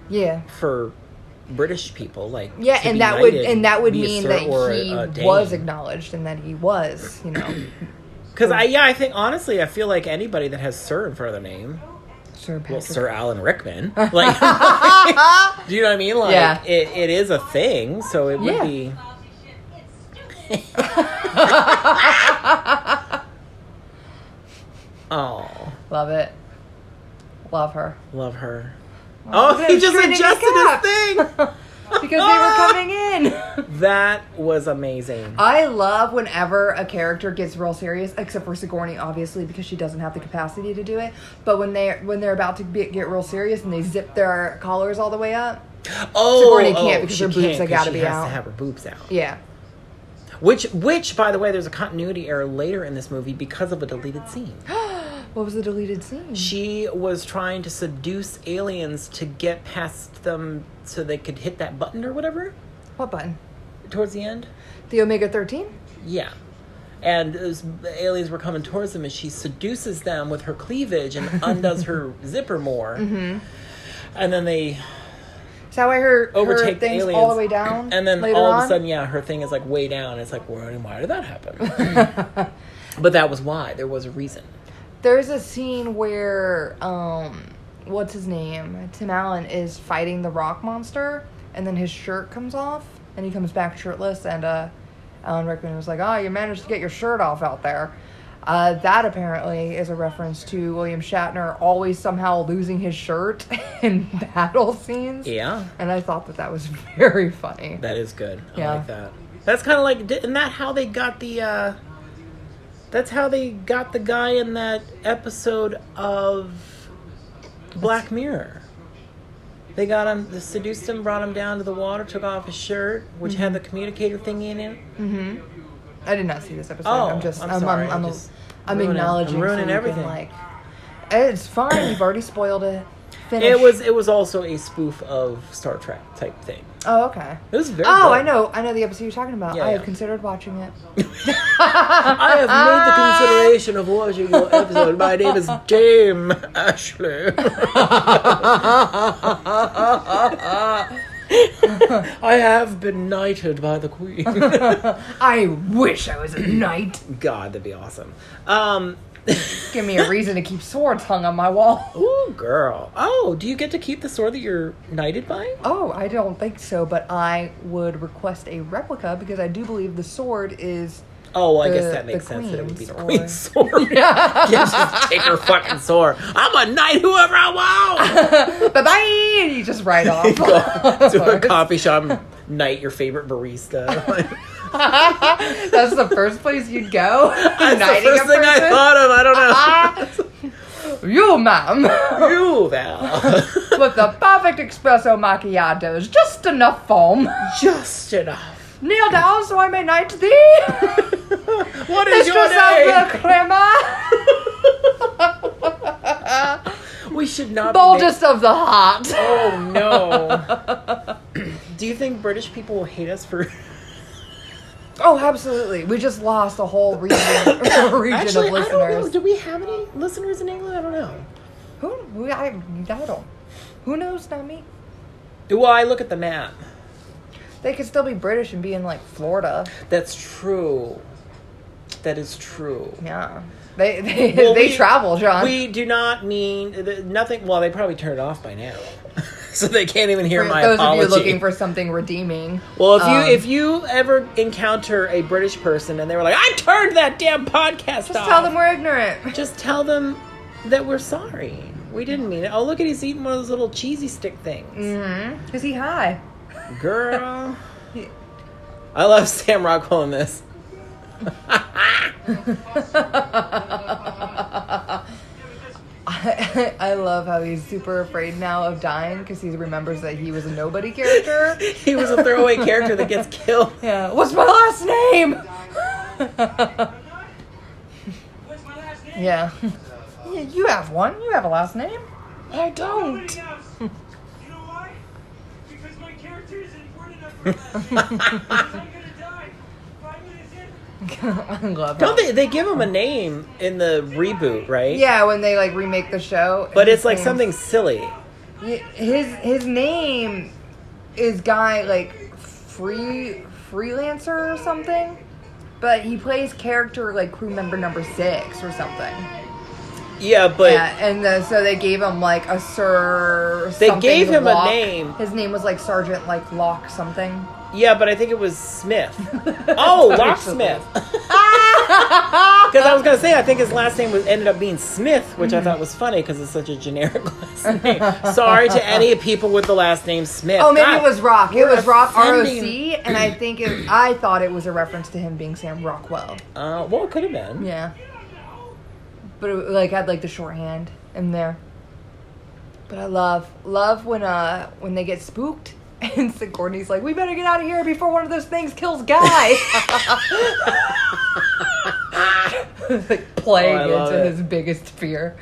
S2: Yeah.
S1: for British people, like
S2: Yeah,
S1: to be
S2: and that would
S1: knighted,
S2: and that would
S1: be a
S2: mean
S1: sir
S2: that
S1: or a-
S2: he
S1: a Dane.
S2: was acknowledged and that he was, you know,
S1: Because I yeah, I think honestly, I feel like anybody that has Sir in front of their name,
S2: Sir Patrick.
S1: well, Sir Alan Rickman, like, do you know what I mean? Like,
S2: Yeah.
S1: it, it is a thing, so it would
S2: Yeah.
S1: be. oh,
S2: Love it. Love her.
S1: love her.
S2: Oh,
S1: Oh, he
S2: good.
S1: just
S2: Straighten his cap.
S1: adjusted his thing.
S2: Because they were coming in.
S1: That was amazing.
S2: I love whenever a character gets real serious, except for Sigourney, obviously, because she doesn't have the capacity to do it. But when they when they're about to be, get real serious and they zip their collars all the way up,
S1: Oh,
S2: Sigourney
S1: oh,
S2: can't because
S1: she
S2: her boobs
S1: can't
S2: have
S1: 'cause
S2: gotta
S1: she
S2: be
S1: has
S2: out.
S1: To have her boobs out.
S2: yeah,
S1: Which, which, by the way, there's a continuity error later in this movie because of a deleted scene.
S2: what was the deleted scene?
S1: She was trying to seduce aliens to get past them so they could hit that button or whatever
S2: What button?
S1: towards the end.
S2: The omega thirteen.
S1: Yeah. And those aliens were coming towards them, and she seduces them with her cleavage and undoes her zipper more. Mm-hmm. And then they
S2: Is that why her her
S1: overtake the
S2: things
S1: aliens
S2: all the way down?
S1: and then
S2: later
S1: all
S2: on?
S1: of a sudden yeah her thing is like way down it's like why, why did that happen but that was why there was a reason
S2: There's a scene where um what's his name? Tim Allen is fighting the rock monster and then his shirt comes off and he comes back shirtless and uh Alan Rickman was like, "Oh, you managed to get your shirt off out there." Uh, that apparently is a reference to William Shatner always somehow losing his shirt in battle scenes.
S1: yeah
S2: And I thought that that was very funny.
S1: that is good i
S2: Yeah.
S1: like that that's kind of like di- isn't that how they got the uh that's how they got the guy in that episode of black mirror they got him they seduced him brought him down to the water took off his shirt which
S2: Mm-hmm.
S1: had the communicator thing in it
S2: I did not see this episode.
S1: Oh,
S2: I'm just.
S1: I'm
S2: I'm. I'm.
S1: sorry.
S2: I'm,
S1: I'm
S2: I'm,
S1: just ruining-
S2: acknowledging.
S1: I'm ruining
S2: so you
S1: everything.
S2: Can, like, it's fine. You've already spoiled it. Finish.
S1: it was it was also a spoof of star trek type thing
S2: Oh, okay.
S1: it was very
S2: Oh,
S1: good.
S2: I know. I know the episode you're talking about.
S1: Yeah,
S2: I have
S1: yeah.
S2: considered watching it.
S1: I have made the consideration of watching your episode. My name is Dame Ashley. I have been knighted by the Queen.
S2: I wish I was a knight.
S1: God, that'd be awesome. Um,
S2: Give me a reason to keep swords hung on my wall.
S1: ooh, girl. Oh, do you get to keep the sword that you're knighted by?
S2: Oh, I don't think so, but I would request a replica because I do believe the sword is.
S1: Oh, well, I guess
S2: The-
S1: that makes
S2: the
S1: sense. That it would be the
S2: queen's
S1: Queen's sword. Yeah, just take her fucking sword. I'm a knight whoever I
S2: Bye bye! And you just ride off.
S1: want. to a coffee shop, and knight your favorite barista.
S2: That's the first place you'd go.
S1: That's
S2: Knighting
S1: the first
S2: a
S1: thing I
S2: person?
S1: thought of. I don't
S2: Ah, you, ma'am,
S1: know. you Val.
S2: with the perfect espresso macchiato is just enough foam.
S1: Just enough.
S2: Kneel down so I may knight thee.
S1: What is your
S2: Mistress of the
S1: name?
S2: crema.
S1: We should not. be
S2: Boldest of the heart.
S1: ma- oh no. Do you think British people will hate us for?
S2: Oh, absolutely. We just lost a whole region,
S1: Actually,
S2: region of
S1: I don't know.
S2: listeners.
S1: Do we have any listeners in England? I don't know.
S2: Who? We, I, I don't. Who knows? Not me.
S1: Well, I look at the map.
S2: They could still be British and be in like Florida.
S1: That's true. That is true.
S2: Yeah. They they,
S1: Well,
S2: they
S1: we-
S2: travel, John.
S1: We do not mean th- nothing. Well, they probably turned it off by now, so they can't even hear
S2: For
S1: my
S2: those
S1: apology.
S2: of you looking for something redeeming.
S1: Well, if you
S2: um,
S1: if you ever encounter a British person and they were like, "I turned that damn podcast
S2: just
S1: off,"
S2: tell them we're ignorant.
S1: just tell them that we're sorry. We didn't mean it. Oh, look at he's eating one of those little cheesy stick things,
S2: Mm-hmm. Is he high? Mm.
S1: girl. I love Sam Rockwell in this.
S2: I, I love love how he's super afraid now of dying because he remembers that he was a nobody character.
S1: he was a throwaway character that gets killed.
S2: yeah. What's my last name?
S3: What's my last name?
S2: yeah. yeah. You have one. You have a last name. I
S3: Nobody knows. Oh, you know why? Because my character isn't important enough for a last name. Because I'm gonna die. Five minutes in.
S2: I love
S1: Don't
S2: that.
S1: they? They give him a name in the reboot, right?
S2: Yeah, when they like remake the show.
S1: But
S2: his
S1: it's like
S2: name's-
S1: something silly.
S2: Y- His his name is guy like free freelancer or something, but he plays character like crew member number six or something.
S1: Yeah, but
S2: yeah, and then, so they gave him like a sir.
S1: They
S2: something
S1: gave him a
S2: Locke.
S1: name.
S2: His name was like Sergeant like Locke something.
S1: Yeah, but I think it was Smith. Oh, locksmith. Because I was gonna say I think his last name was ended up being Smith, which
S2: Mm-hmm.
S1: I thought was funny because it's such a generic last name. Sorry to any people with the last name Smith. Ah,
S2: Oh, maybe
S1: God,
S2: it was Rock. It
S1: we're
S2: was Rock R O C,
S1: offending-
S2: and I think it, I thought it was a reference to him being Sam Rockwell.
S1: Uh, well, it could have been.
S2: Yeah. But it, like had like the shorthand in there. But I love love when uh when they get spooked and Sigourney's like, we better get out of here before one of those things kills Guy. like playing
S1: Oh, I love
S2: into
S1: it.
S2: his biggest fear.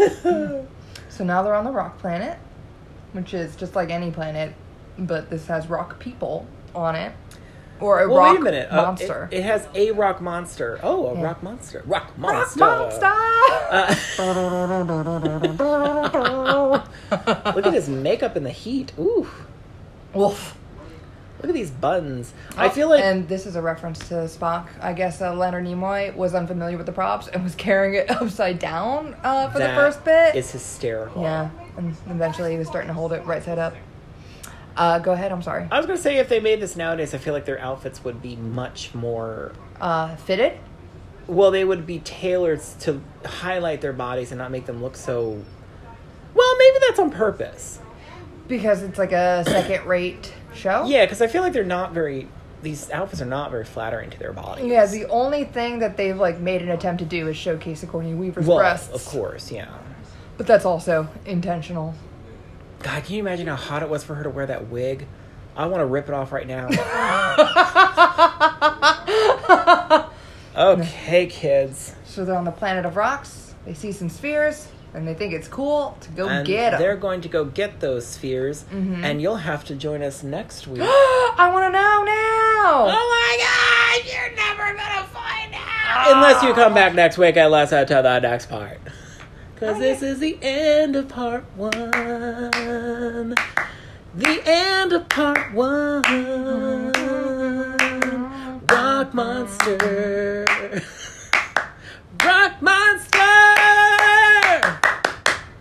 S2: so now they're on the rock planet, which is just like any planet, but this has rock people on it, or a
S1: Well,
S2: rock
S1: wait a minute. Uh, it-
S2: monster.
S1: it, has a rock monster. Oh, a
S2: Yeah.
S1: rock monster. Rock
S2: rock
S1: monster.
S2: monster.
S1: Uh, look at his makeup in the heat. Ooh,
S2: Wolf.
S1: look at these buns. I feel like
S2: Oh, and this is a reference to Spock. I guess uh, Leonard Nimoy was unfamiliar with the props and was carrying it upside down uh, for the
S1: that
S2: first bit.
S1: is hysterical.
S2: Yeah, and eventually he was starting to hold it right side up. Uh, go ahead. I'm sorry.
S1: I was gonna say if they made this nowadays, I feel like their outfits would be much more.
S2: Uh, fitted.
S1: Well, they would be tailored to highlight their bodies and not make them look so. Well, maybe that's on purpose.
S2: Because it's like a second rate show.
S1: Yeah, because I feel like they're not very. These outfits are not very flattering to their body.
S2: Yeah, the only thing that they've like made an attempt to do is showcase Sigourney Weaver's
S1: Well,
S2: breasts.
S1: of course, yeah.
S2: But that's also intentional.
S1: God, can you imagine how hot it was for her to wear that wig? I want to rip it off right now. okay, kids.
S2: So they're on the planet of rocks, they see some spheres, and they think it's cool to go
S1: and
S2: get Mm-hmm.
S1: they're
S2: them.
S1: going to go get those spheres, and you'll have to join us next week.
S2: I want to know now!
S1: my gosh, you're never gonna find out! Unless
S2: Ah.
S1: you come back next week, unless I tell the next part.
S2: Oh,
S1: Because this is the end of part one. The end of part one. Rock Monster. Rock Monster!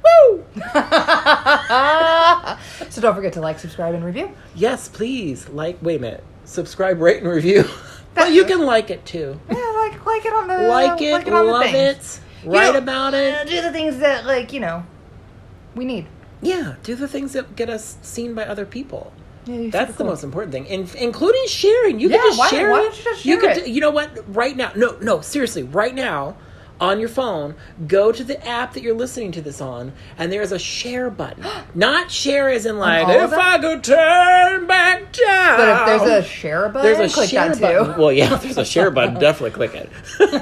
S1: Woo! Oh.
S2: so don't forget to like, subscribe, and review.
S1: Yes, please. Like, wait a minute. Subscribe, rate, and review. well, you can like it too.
S2: Yeah, like like it on the
S1: like it,
S2: on the
S1: love
S2: things.
S1: it, write
S2: know, uh,
S1: about it.
S2: Do the things that like you know we need.
S1: Yeah, do the things that get us seen by other people.
S2: Yeah, you're
S1: That's
S2: super
S1: the
S2: cool.
S1: most important thing, in, including sharing. You
S2: Yeah,
S1: can just
S2: why-
S1: share
S2: why
S1: it.
S2: don't you just share
S1: could,
S2: it?
S1: do- you know what? Right now, no, no, seriously, right now, on your phone, go to the app that you're listening to this on, and there is a share button. Not share as in like,
S2: all of
S1: if
S2: them?
S1: I could turn back time.
S2: But if there's a share button,
S1: Oh. There's a
S2: click
S1: share
S2: that too.
S1: button. Well, yeah, if there's a share button. Definitely click it.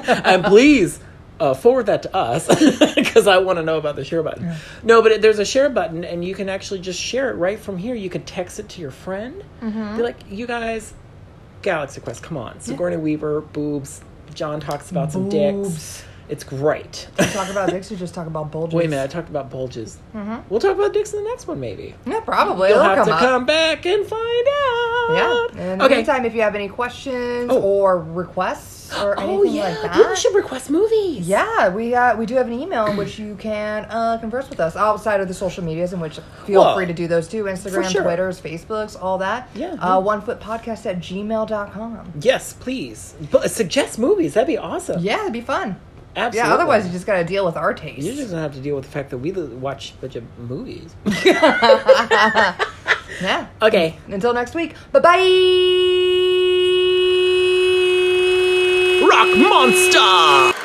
S1: and please uh, forward that to us because I want to know about the share button. No, but it, there's a share button, and you can actually just share it right from here. You can text it to your friend.
S2: Mm-hmm.
S1: Be like, you guys, Galaxy Quest, come on. Sigourney Weaver, boobs. John talks about some
S2: Boobs.
S1: dicks. It's great.
S2: talk about dicks or just talk about bulges.
S1: Wait a minute, I talked about bulges. We'll talk about dicks in the next one, maybe.
S2: Yeah, probably.
S1: You'll
S2: Mm-hmm. It'll
S1: have to
S2: come up.
S1: come back and find
S2: Yeah.
S1: out.
S2: And in the
S1: okay.
S2: meantime, if you have any questions
S1: Oh.
S2: or requests or anything
S1: Oh yeah,
S2: like that.
S1: people should request movies.
S2: yeah, we uh, we do have an email in which you can uh, converse with us outside of the social medias, in which feel
S1: Well,
S2: free to do those too Instagram,
S1: sure.
S2: Twitters, Facebooks, all that.
S1: Yeah.
S2: Uh, OneFootPodcast at gmail.com.
S1: Yes, please. But suggest movies. That'd be awesome.
S2: Yeah, that'd be fun.
S1: Absolutely.
S2: Yeah, otherwise, you just got to deal with our taste.
S1: you're just gonna have to deal with the fact that we li- watch a bunch of movies.
S2: yeah.
S1: okay.
S2: Until next week, bye bye.
S1: Rock Monster.